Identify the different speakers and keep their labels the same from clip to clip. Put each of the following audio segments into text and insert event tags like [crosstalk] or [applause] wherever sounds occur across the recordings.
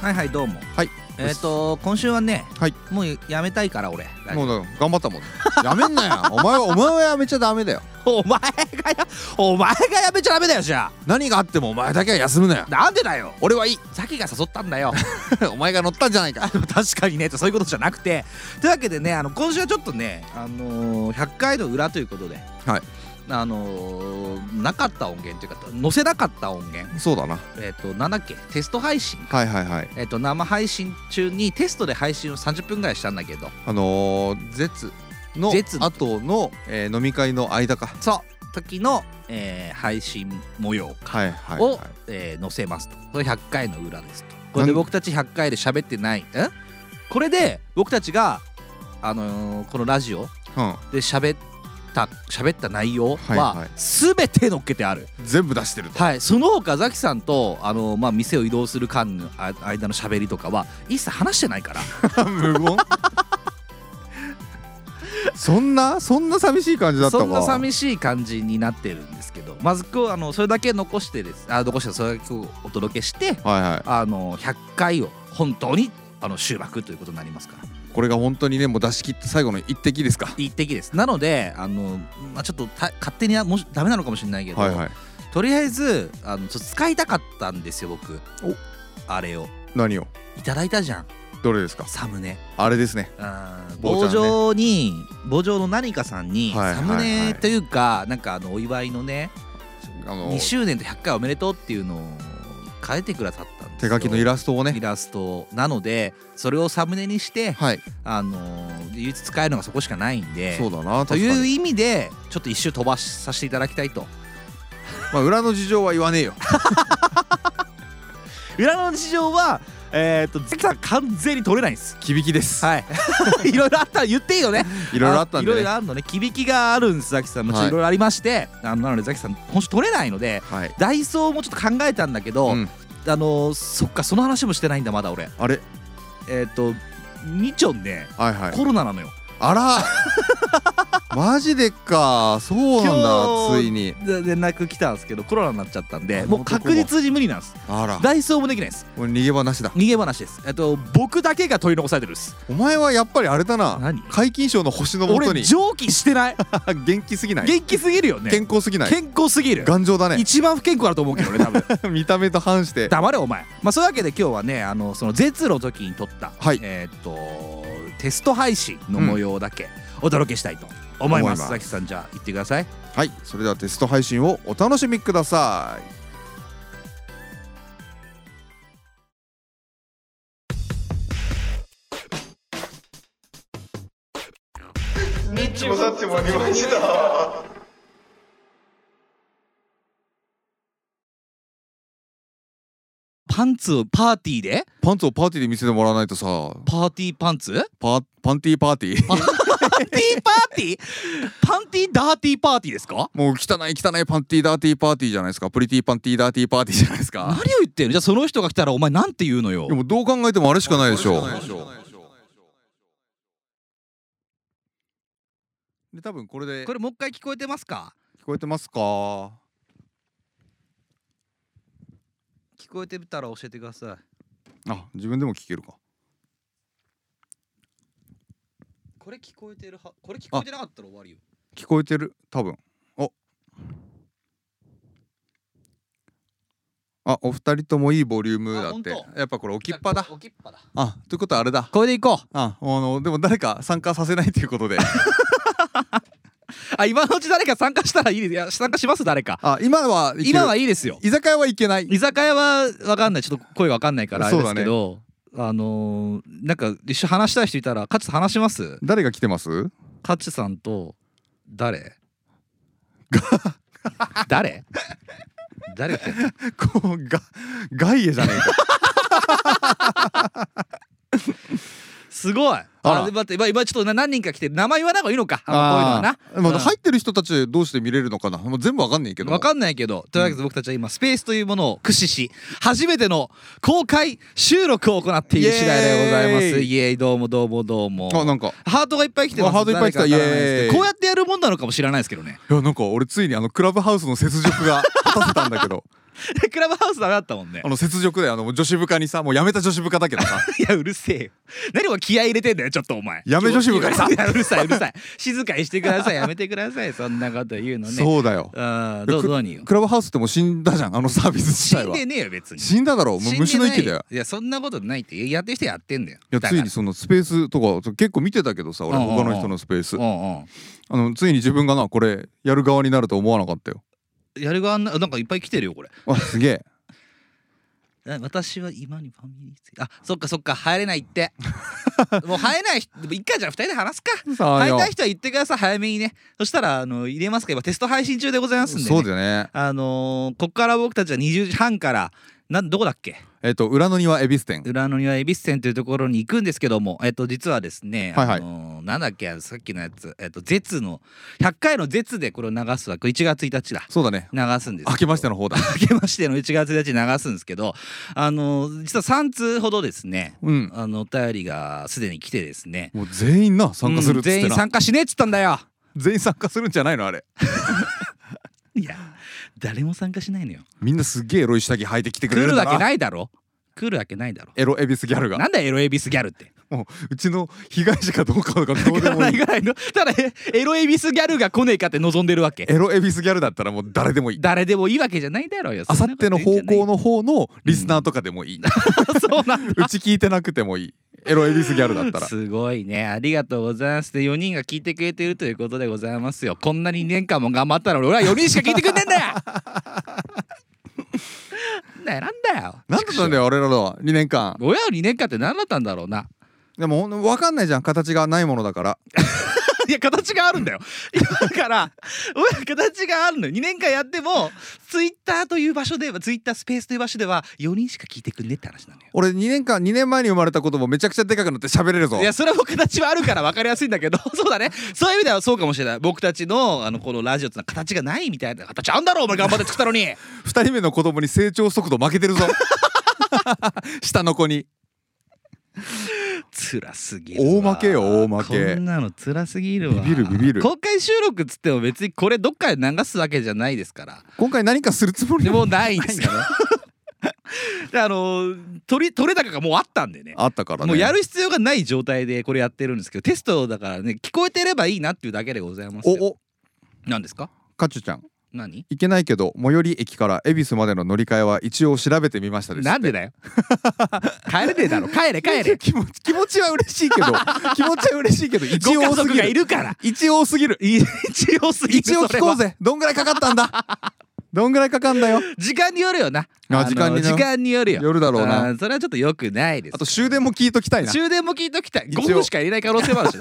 Speaker 1: はいはいどうも
Speaker 2: はい
Speaker 1: えっ、と今週はね、
Speaker 2: はい
Speaker 1: もうやめたいから俺
Speaker 2: もうだから頑張ったもんやめんなよ [laughs] お前はお前はやめちゃダメだよ
Speaker 1: お前がやお前がやめちゃダメだよじゃ
Speaker 2: 何があってもお前だけは休むなよ
Speaker 1: あなんでだよ
Speaker 2: 俺はいい
Speaker 1: ザキが誘ったんだよ
Speaker 2: [laughs] お前が乗ったんじゃないか
Speaker 1: 確かにねそういうことじゃなくてというわけでねあの今週はちょっとね、あのー、100回の裏ということで
Speaker 2: はい
Speaker 1: あのー、なかった音源というか載せなかった音源
Speaker 2: そうだな
Speaker 1: えっ、となんだっけテスト配信
Speaker 2: はいはいはい
Speaker 1: えっ、と生配信中にテストで配信を30分ぐらいしたんだけど
Speaker 2: あのー、ゼツの
Speaker 1: ゼツ
Speaker 2: 後の、えー飲み会の間か
Speaker 1: そう時の、えー配信模様
Speaker 2: はいはい、
Speaker 1: を、
Speaker 2: は
Speaker 1: えー載せますとこれ100回の裏ですとこれ
Speaker 2: な
Speaker 1: で
Speaker 2: ん
Speaker 1: 僕たち100回で喋ってないんこれで僕たちが、あのーこのラジオ
Speaker 2: い
Speaker 1: で喋った喋った内容
Speaker 2: はいは
Speaker 1: はい全て乗っけてある、はい
Speaker 2: うん、全部出してると [laughs]
Speaker 1: その他ザキさんと、あのーまあ、店を移動する間のあ間の喋りとかは一切話してないから
Speaker 2: 無言 [laughs] そんなそんな寂しい感じだったわ
Speaker 1: そんな寂しい感じになってるんですけどまず今日あのそれだけ残してですあ残してそれだけをお届けして
Speaker 2: はいはい
Speaker 1: あの100回を本当にあの終幕ということになりますから
Speaker 2: これが本当にねもう出し切った最後の一滴ですか
Speaker 1: 一滴ですなのであの、まあ、ちょっとた勝手にはもしダメなのかもしれないけど、
Speaker 2: はいはい
Speaker 1: とりあえずあのちょっと使いたかったんですよ僕
Speaker 2: お
Speaker 1: あれを
Speaker 2: 何を
Speaker 1: いただいたじゃん
Speaker 2: どれですか
Speaker 1: サムネ
Speaker 2: あれですね
Speaker 1: あー
Speaker 2: 棒ちゃんね
Speaker 1: 棒状に棒状の何かさんに、
Speaker 2: はいはいはい
Speaker 1: サムネというかなんかあのお祝いのね
Speaker 2: あの
Speaker 1: 2周年と100回おめでとうっていうのを変えてくださったんです
Speaker 2: 手
Speaker 1: よ
Speaker 2: 書きのイラストを
Speaker 1: イ
Speaker 2: ね
Speaker 1: ラストなのでそれをサムネにして
Speaker 2: はい
Speaker 1: あのー唯一使えるのがそこしかないんで
Speaker 2: そうだな
Speaker 1: と
Speaker 2: と
Speaker 1: いう
Speaker 2: いう、
Speaker 1: 意味でちょっと一周飛ばしさせていただきたいと
Speaker 2: まあ、裏の事情は言わねえ
Speaker 1: [laughs]
Speaker 2: よ
Speaker 1: 裏の事情はえっと関さん完全に取れないんです
Speaker 2: 響きです、
Speaker 1: はい [laughs] いろいろあったら言って [laughs] いいよね
Speaker 2: い、ろいろあったんで、
Speaker 1: いろい
Speaker 2: ね
Speaker 1: ろ、あるのね響きがあるんですザキさんもちょっと
Speaker 2: はい
Speaker 1: いろいろありまして、あのなのでザキさん今週取れないので
Speaker 2: はい
Speaker 1: ダイソーもちょっと考えたんだけど、
Speaker 2: うん
Speaker 1: あのーそっかその話もしてないんだまだ俺
Speaker 2: あれ
Speaker 1: えっ、とみちょんね、
Speaker 2: はいはい
Speaker 1: コロナなのよ
Speaker 2: あら [laughs] マジでかそうなん
Speaker 1: 今
Speaker 2: だ
Speaker 1: 日
Speaker 2: ついに
Speaker 1: で連絡来たんですけどコロナになっちゃったんで
Speaker 2: あ
Speaker 1: もう確実に無理なんです
Speaker 2: あら
Speaker 1: ダイソーもできないです
Speaker 2: もう逃げ場なしだ
Speaker 1: 逃げ話ですえっと僕だけが取り残されてるんです
Speaker 2: お前はやっぱりあれだな
Speaker 1: 何
Speaker 2: 皆勤賞の星のもと
Speaker 1: 俺
Speaker 2: に
Speaker 1: 上気してない
Speaker 2: 元気すぎ [laughs] ない
Speaker 1: 元気すぎるよね
Speaker 2: 健康すぎない
Speaker 1: 健康すぎる
Speaker 2: 頑丈だね
Speaker 1: 一番不健康だと思うけどね
Speaker 2: [laughs]
Speaker 1: 多分
Speaker 2: 見た目と反して
Speaker 1: 黙れお前まあそういうわけで今日はねあのその絶の時に撮った、
Speaker 2: はい
Speaker 1: えっとテスト配信の模様だけお届けしたいと思います,、
Speaker 2: 思います
Speaker 1: ザキさんじゃあ行ってください
Speaker 2: はいそれではテスト配信をお楽しみください
Speaker 3: もさっちもありました。
Speaker 1: パンツをパーティーで
Speaker 2: パンツをパーティーで見せてもらわないとさ
Speaker 1: パーティーパンツ
Speaker 2: パパンティーパーティー
Speaker 1: パンティーパーテ
Speaker 2: [laughs]
Speaker 1: ィーパンティーダーティーパーティーですか
Speaker 2: もう汚い汚いパンティーダーティーパーティーじゃないですかプリティーパンティーダーティーパーティーじゃないです
Speaker 1: 何
Speaker 2: [laughs] か
Speaker 1: を言ってんのじゃあその人が来たらお前なんて言うのよ
Speaker 2: でもどう考えてもあれしかないでしょで多分これで
Speaker 1: これもう一回聞こえてますか
Speaker 2: 聞こえてますかは
Speaker 1: 聞こえてたら教えてください
Speaker 2: あ自分でも聞けるか
Speaker 1: これ聞こえてるはこれ聞
Speaker 2: こえ
Speaker 1: てなかったら終わりよ
Speaker 2: 聞こえてる多分おあお二人ともいいボリュームだって
Speaker 1: あ本
Speaker 2: やっぱこれ置きっぱだ
Speaker 1: きっぱだ
Speaker 2: あということはあれだ
Speaker 1: これでいこう
Speaker 2: ああのでも誰か参加させないということで
Speaker 1: あ今のうち誰か参加したらいいですいや参加します誰か
Speaker 2: [laughs] あ今は
Speaker 1: 今はいいいですよ
Speaker 2: ける居酒屋はいけない
Speaker 1: 居酒屋はわかんないちょっと声わかんないからあれ
Speaker 2: そう
Speaker 1: で
Speaker 2: だ
Speaker 1: す
Speaker 2: ね
Speaker 1: けど、あのー、なんか一緒に話したい人いたら勝チ話します
Speaker 2: 誰が来てます
Speaker 1: 勝チさんと
Speaker 2: [laughs]
Speaker 1: 誰誰誰来てんの
Speaker 2: こうが外エじゃねえか
Speaker 1: [laughs] すごい
Speaker 2: あら
Speaker 1: あで待って今今ちょっとな何人か来てる名前言わない方がいいのかあのこういうのは
Speaker 2: ま [laughs] あ
Speaker 1: な
Speaker 2: 入ってる人たちどうして見れるのかなもう全部わかんないけど
Speaker 1: 分かんないけどというわけで僕たちは今スペースというものを駆使し初めての公開収録を行っている次第でございま
Speaker 2: イエー
Speaker 1: す
Speaker 2: イ
Speaker 1: イエーイどうもどうもどうも
Speaker 2: あなんか
Speaker 1: ハートがいっぱい来てます
Speaker 2: あハートいっぱい来た
Speaker 1: 誰かわからないですけど
Speaker 2: イエーイ
Speaker 1: こうやってやるもんなのかもしれないですけどね [laughs]
Speaker 2: いやなんか俺ついにあのクラブハウスの雪辱が果たせたんだけど
Speaker 1: クラブハウスダメだったもんね
Speaker 2: あの雪辱であの女子部下にさもうやめた女子部下だけどさ
Speaker 1: いやうるせえよ何も気合い入れてんだよちょっとお前
Speaker 2: やめ女子部下にさ
Speaker 1: いやうるさいうるさい静かにしてくださいやめてくださいそんなこと言う [laughs] のねう
Speaker 2: そうだよ
Speaker 1: あどう
Speaker 2: く
Speaker 1: どうによ
Speaker 2: クラブハウスってもう死んだじゃんあのサービス自
Speaker 1: 死
Speaker 2: 体
Speaker 1: ん
Speaker 2: は
Speaker 1: でねえよ別に
Speaker 2: 死んだだろうもう虫
Speaker 1: 死ん
Speaker 2: の
Speaker 1: で
Speaker 2: 息
Speaker 1: ない
Speaker 2: だよ
Speaker 1: いやそんなことないってやってる人やってんだよ
Speaker 2: いや
Speaker 1: だ
Speaker 2: つ
Speaker 1: から
Speaker 2: いにそのスペースとか結構見てたけどさ俺
Speaker 1: うんうんうん
Speaker 2: 他の人のスペース
Speaker 1: うん
Speaker 2: あのついに自分がなこれやる側になると思わなかったよ
Speaker 1: うんやる側ななんかいっぱい来てるよこれ
Speaker 2: あ
Speaker 1: [laughs]
Speaker 2: すげえ
Speaker 1: え私は今にファミリー制あそっかそっか入れないって
Speaker 2: [laughs]
Speaker 1: もう入れない人でも一回じゃあ二人で話すか
Speaker 2: さあ
Speaker 1: 入り
Speaker 2: よ
Speaker 1: たい人は言ってください早めにねそしたらあの入れますか今テスト配信中でございますんで、ね、
Speaker 2: そうだよね
Speaker 1: あのーここから僕たちは20時半からなんどこだっけ
Speaker 2: えっと裏の庭恵比寿店
Speaker 1: 裏の庭恵比寿店というところに行くんですけども、えっと、実はですね、
Speaker 2: はいはい
Speaker 1: あのーなんだっけさっきのやつ、えっと、ゼツの100回の「ゼツ」でこれを流すわこれ1月1日だ
Speaker 2: そうだね
Speaker 1: 流すんですけど
Speaker 2: 明けま
Speaker 1: [laughs]
Speaker 2: しての方だ
Speaker 1: 明けましての1月1日に流すんですけどあのー実は3通ほどですね
Speaker 2: うん
Speaker 1: あのお便りがすでに来てですね
Speaker 2: もう全員な参加するっつって
Speaker 1: う
Speaker 2: な、
Speaker 1: ん全員参加しねえっつったんだよ
Speaker 2: 全員参加するんじゃないのあれ
Speaker 1: いや誰も参加しないのよ
Speaker 2: みんなすげえエロい下着履いてきてくれ
Speaker 1: 来
Speaker 2: る
Speaker 1: る
Speaker 2: んだ
Speaker 1: わけ
Speaker 2: な
Speaker 1: ないだろ来るわけないだろ
Speaker 2: エロ恵比寿ギャルが
Speaker 1: なんだよエロエビスギャル
Speaker 2: [laughs]
Speaker 1: って
Speaker 2: もううちの被害者かどうかと
Speaker 1: [laughs]
Speaker 2: かどう
Speaker 1: わ
Speaker 2: で
Speaker 1: から
Speaker 2: も
Speaker 1: ない
Speaker 2: いい
Speaker 1: ぐらいのただエロエビスギャルが来ねえかって望んでるわけ
Speaker 2: エロ恵比寿ギャルだったらもう誰でもいい
Speaker 1: 誰でもいいわけじゃないだろうよ
Speaker 2: あさっての方向
Speaker 1: の
Speaker 2: の方のリスナーとかでも
Speaker 1: [laughs]
Speaker 2: いい、
Speaker 1: そうなん
Speaker 2: うち聞いてなくてもいいエロ恵比寿ギャルだった
Speaker 1: [laughs] だ
Speaker 2: ら
Speaker 1: すごいねありがとうございますで4人が聞いてくれてるということでございますよこんなに年間も頑張ったのに俺は4人しか聞いてくんねえ
Speaker 2: [laughs]
Speaker 1: んだよなんだよなんだよ
Speaker 2: なんだったんだよ俺らの2年間
Speaker 1: 親は2年間って何だったんだろうな
Speaker 2: でもほんと分かんないじゃん形がないものだから
Speaker 1: [laughs] いや形があるんだよだから親は形があるのよ2年間やってもツイッターという場所ではツイッタースペースという場所では4人しか聞いてくんねえって話なのよ
Speaker 2: 俺2年間2年前に生まれたこともめちゃくちゃでかくなって喋れるぞ
Speaker 1: いやそれはもう形はあるから [laughs] 分かりやすいんだけどそうだねそういう意味ではそうかもしれない僕たちのあのこのラジオってのは形がないみたいな形あんだろお前頑張って作ったの
Speaker 2: [laughs]
Speaker 1: に
Speaker 2: 2人目の子供に成長速度負けてるぞ
Speaker 1: [laughs]
Speaker 2: 下の子に
Speaker 1: 辛すぎるわ
Speaker 2: 大負けよ大負け
Speaker 1: こんなの辛すぎるわ
Speaker 2: ビビるビビる
Speaker 1: 公開収録っつっても別にこれどっかで流すわけじゃないですから
Speaker 2: 今回何かするつもり
Speaker 1: で
Speaker 2: も
Speaker 1: もうないですから [laughs] であの取り取れ高がもうあったんでね
Speaker 2: あったからね
Speaker 1: もうやる必要がない状態でこれやってるんですけどテストだからね聞こえてればいいなっていうだけでございますよ
Speaker 2: おお
Speaker 1: 何ですか
Speaker 2: カチュちゃん
Speaker 1: 何
Speaker 2: 行けないけど最寄り駅から恵比寿までの乗り換えは一応調べてみましたです
Speaker 1: なんでだよ [laughs] 帰れねえだろ帰れ帰れ
Speaker 2: 気持ち気持ちは嬉しい
Speaker 1: [laughs]
Speaker 2: けど気持ちは嬉しいけど [laughs] 一
Speaker 1: ご
Speaker 2: 応
Speaker 1: 家
Speaker 2: 多す
Speaker 1: 族
Speaker 2: ぎ
Speaker 1: が
Speaker 2: る
Speaker 1: いるから
Speaker 2: 一応多すぎる
Speaker 1: 一応すぎる
Speaker 2: [laughs] 一応
Speaker 1: そ
Speaker 2: 聞
Speaker 1: れ
Speaker 2: こ
Speaker 1: は
Speaker 2: うぜどんぐらいかかったんだどんぐらいかかん
Speaker 1: [laughs]
Speaker 2: だよ
Speaker 1: 時間によるよな
Speaker 2: あ
Speaker 1: あの
Speaker 2: 時間にな
Speaker 1: 時間によるよ
Speaker 2: 夜だろうな
Speaker 1: あーそれはちょっとよくないです
Speaker 2: あと終電も聞いときたいな
Speaker 1: 終電も聞いときたい
Speaker 2: 一応
Speaker 1: 5分しか入れない可能性もある [laughs] し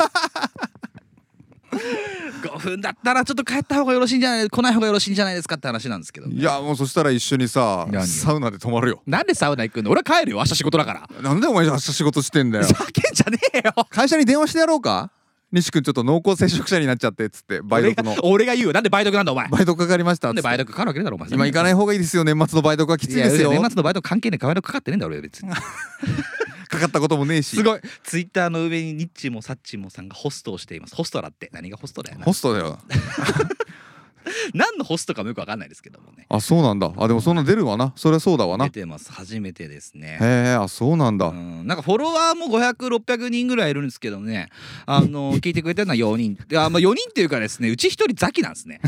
Speaker 1: 5分だったらちょっと帰った方がよろしいんじゃない来ない方がよろしいんじゃないですかって話なんですけど
Speaker 2: いやもうそしたら一緒にさ
Speaker 1: 何よ
Speaker 2: サウナで泊まるよ
Speaker 1: なんでサウナ行くの俺は帰るよ明日仕事だから
Speaker 2: なんでお前明日仕事してんだ
Speaker 1: ふ
Speaker 2: よ
Speaker 1: ざけんじゃねえよ
Speaker 2: 会社に電話してやろうか西君ちょっと濃厚接触者になっちゃってっつって梅
Speaker 1: [laughs] 俺
Speaker 2: 毒
Speaker 1: が
Speaker 2: の
Speaker 1: 俺が言うよなんで梅毒なんだお前
Speaker 2: 梅毒かかりました
Speaker 1: な
Speaker 2: っ
Speaker 1: んで
Speaker 2: つって
Speaker 1: 梅毒かかるわけねえだろお前
Speaker 2: 今行かない方がいいですよ年末の梅毒はきついですよ
Speaker 1: や年末のバイト関係ねえバイトかかってねえんだ俺は別に
Speaker 2: かかったこともねえし
Speaker 1: すごいツイッターの上にニッチもサッチもさんがホストをしていますホストだって何がホストだよな
Speaker 2: ホストだよ
Speaker 1: 何のホストかもよくわかんないですけどもね
Speaker 2: あそうなんだあでもそんな出るわなそりゃそうだわな
Speaker 1: 出
Speaker 2: へ
Speaker 1: てます初めてですね
Speaker 2: えあそうなんだ
Speaker 1: うん、なんかフォロワーも500600人ぐらいいるんですけどねあ [laughs] の聞いてくれてるのは4人であ、まあ、4人っていうかですねうち1人ザキなんですね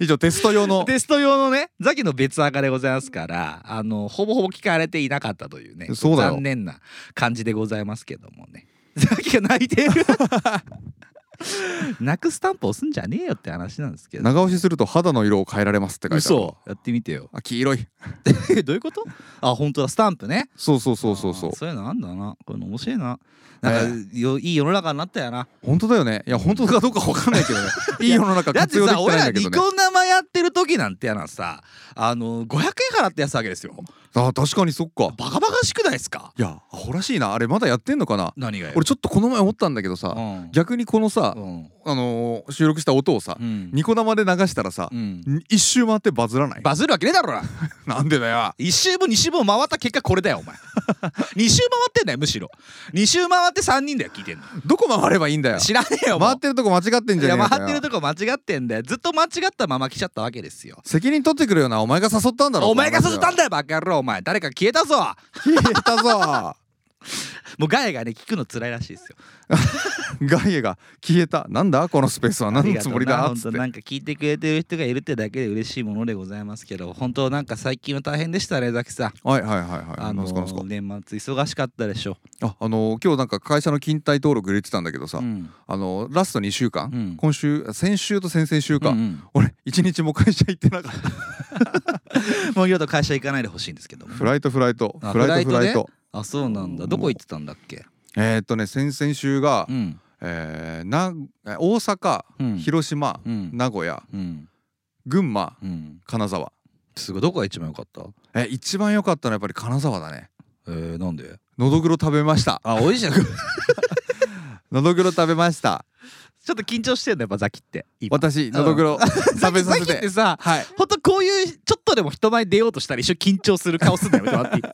Speaker 2: 以上テスト用
Speaker 1: [laughs]
Speaker 2: の
Speaker 1: テスト用のねザキの別アカでございますからあのほぼほぼ聞かれていなかったというね
Speaker 2: そうだよ
Speaker 1: 残念な感じでございますけどもねザキが泣いてる泣くスタンプ押すんじゃねえよって話なんですけど
Speaker 2: 長押しすると肌の色を変えられますって書いてある
Speaker 1: 嘘やってみてよ [laughs]
Speaker 2: あ黄色い
Speaker 1: どういうことあ本当だスタンプね
Speaker 2: そうそうそうそうそ
Speaker 1: あ
Speaker 2: う
Speaker 1: ーそういうのあんだなこういうの面白いななんかよいい世の中になったよな
Speaker 2: 本当だよねいや本当かどうかわかんない
Speaker 1: [laughs]
Speaker 2: けどねいい世の中
Speaker 1: だって
Speaker 2: 活用で
Speaker 1: さ
Speaker 2: きた
Speaker 1: 俺
Speaker 2: らいいん
Speaker 1: ら
Speaker 2: だけ
Speaker 1: ニ
Speaker 2: どね
Speaker 1: コ生やってる時なんてやなさあの500円払ってやつわけですよ
Speaker 2: あ確かにそっか
Speaker 1: バカバカしくないですか
Speaker 2: いやアホらしいなあれまだやってんのかな
Speaker 1: 何がよ
Speaker 2: 俺ちょっとこの前思ったんだけど
Speaker 1: う
Speaker 2: さ
Speaker 1: ん
Speaker 2: 逆にこのさ
Speaker 1: うん
Speaker 2: あのー収録した音をさ
Speaker 1: うん
Speaker 2: ニコ生で流したらさ
Speaker 1: うん
Speaker 2: 一周回ってバズらない
Speaker 1: バズるわけねえだろうな
Speaker 2: なんでだよ
Speaker 1: 一周分二周分回った結果これだよ [laughs] お前二周回ってんだよむしろ二周回って三人だよ聞いてんの
Speaker 2: どこ回ればいいんだよ
Speaker 1: 知らねえよもう
Speaker 2: 回ってるとこ間違ってん
Speaker 1: い
Speaker 2: じゃ
Speaker 1: や
Speaker 2: ねえか
Speaker 1: 回ってるとこ間違ってんだよずっと間違ったまま来ちゃったわけですよ
Speaker 2: 責任取ってくるよなお前が誘ったんだろ
Speaker 1: お前が誘ったん
Speaker 2: だ
Speaker 1: だよバカ野郎お前誰か消えたぞ
Speaker 2: 消えたぞ
Speaker 1: もうガヤがね聞くの辛いらしいですよ
Speaker 2: ガイエが消えたなんだこのスペースは
Speaker 1: あ
Speaker 2: 何
Speaker 1: り
Speaker 2: の
Speaker 1: が
Speaker 2: つ
Speaker 1: とう
Speaker 2: もり
Speaker 1: な
Speaker 2: だっ
Speaker 1: 本
Speaker 2: つ
Speaker 1: 当
Speaker 2: って
Speaker 1: なんか聞いてくれてる人がいるってだけで嬉しいものでございますけど本当なんか最近は大変でしたねザキさん
Speaker 2: はいはいはいはい
Speaker 1: あ
Speaker 2: な
Speaker 1: の
Speaker 2: んすかなんすか
Speaker 1: ー年末忙しかったでしょ
Speaker 2: ああのー今日なんか会社の勤怠登録入れてたんだけどさ、
Speaker 1: うん
Speaker 2: あのーラスト2週間、
Speaker 1: うん
Speaker 2: 今週先週と先々週か、
Speaker 1: うんうん
Speaker 2: 俺一日も会社行ってなかった
Speaker 1: もう二度と会社行かないでほしいんですけども
Speaker 2: [laughs] フライトフライト
Speaker 1: あ
Speaker 2: フライ
Speaker 1: フ
Speaker 2: トフ
Speaker 1: ラ
Speaker 2: ラ
Speaker 1: イ
Speaker 2: イ
Speaker 1: トね
Speaker 2: ト
Speaker 1: あそうなんだどこ行ってたんだっけ
Speaker 2: えーっとね先々週が、
Speaker 1: うん
Speaker 2: えーなえー大阪、
Speaker 1: うん
Speaker 2: 広島、
Speaker 1: うん
Speaker 2: 名古屋
Speaker 1: うん
Speaker 2: 群馬
Speaker 1: うん
Speaker 2: 金沢
Speaker 1: すごいどこが一番良かった
Speaker 2: え一番良かったのはやっぱり金沢だね
Speaker 1: えー、なんで
Speaker 2: のどぐろ食べました [laughs]
Speaker 1: あ美味しいじゃん [laughs] ちょっ
Speaker 2: のどぐろ食べました
Speaker 1: と緊張してんだやっぱザキって今
Speaker 2: 私の
Speaker 1: [laughs]
Speaker 2: どぐろ食べさ
Speaker 1: ザ
Speaker 2: せ
Speaker 1: キって
Speaker 2: て
Speaker 1: さ
Speaker 2: はい
Speaker 1: ほんとこういうちょっとでも人前に出ようとしたら一緒緊張する顔すんだよやめてもらって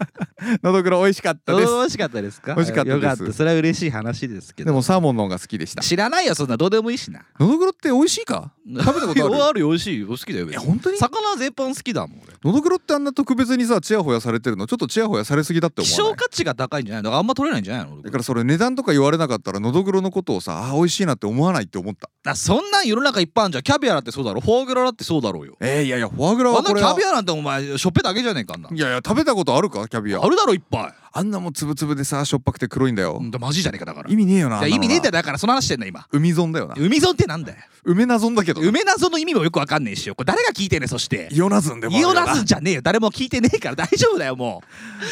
Speaker 1: いい
Speaker 2: のどぐ [laughs] ろ美味しかったで
Speaker 1: おー
Speaker 2: す
Speaker 1: 美味しかったですか
Speaker 2: 美味しかったです
Speaker 1: よかったそれは嬉しい話ですけ
Speaker 2: で
Speaker 1: ど
Speaker 2: もサーモンの方が好きでした
Speaker 1: 知らないよそんなどうでもいいしな
Speaker 2: のどぐろって美味しいか食べたことあ
Speaker 1: [laughs]
Speaker 2: る
Speaker 1: いやあるよ美味しいよ好きだよ
Speaker 2: え本当に
Speaker 1: 魚全般好きだもん俺
Speaker 2: のどぐろってあんな特別にさチヤホヤされてるのちょっとチヤホヤされすぎだって
Speaker 1: 希
Speaker 2: 思
Speaker 1: 少
Speaker 2: わない
Speaker 1: 価値が高いんじゃないのだからあんま取れないんじゃないの
Speaker 2: だからそれ値段とか言われなかったらのどぐろのことをさあー美味しいなって思わないって思った
Speaker 1: だそんなん世の中いっぱいあるじゃんキャビアだってそうだろフォアグラだってそうだろうよ
Speaker 2: えー、いやいやフォアグラ
Speaker 1: あ
Speaker 2: は
Speaker 1: んな
Speaker 2: こ
Speaker 1: キ
Speaker 2: れ
Speaker 1: ャ
Speaker 2: は
Speaker 1: ビアなんてお前しょっぺだけじゃねえかあんない
Speaker 2: やいや食べたことあるかキャビア
Speaker 1: あるだろいっぱ
Speaker 2: あんなもんつぶつぶでさしょっぱくて黒いんだよ
Speaker 1: いうんだマジじゃねえかだから
Speaker 2: 意
Speaker 1: い
Speaker 2: 味ねえよな
Speaker 1: や意味ねえんだよ
Speaker 2: よ
Speaker 1: だからその話してんの今
Speaker 2: 海損だよな
Speaker 1: 海損ってなんだよ
Speaker 2: 梅な損だけどな
Speaker 1: 梅謎の意味もよくわかんねえしよこれ誰が聞いてんねんそして
Speaker 2: イオナズンでもあ
Speaker 1: イ
Speaker 2: る
Speaker 1: オ
Speaker 2: よな
Speaker 1: ナスじゃねえよ誰も聞いてねえから大丈夫だよも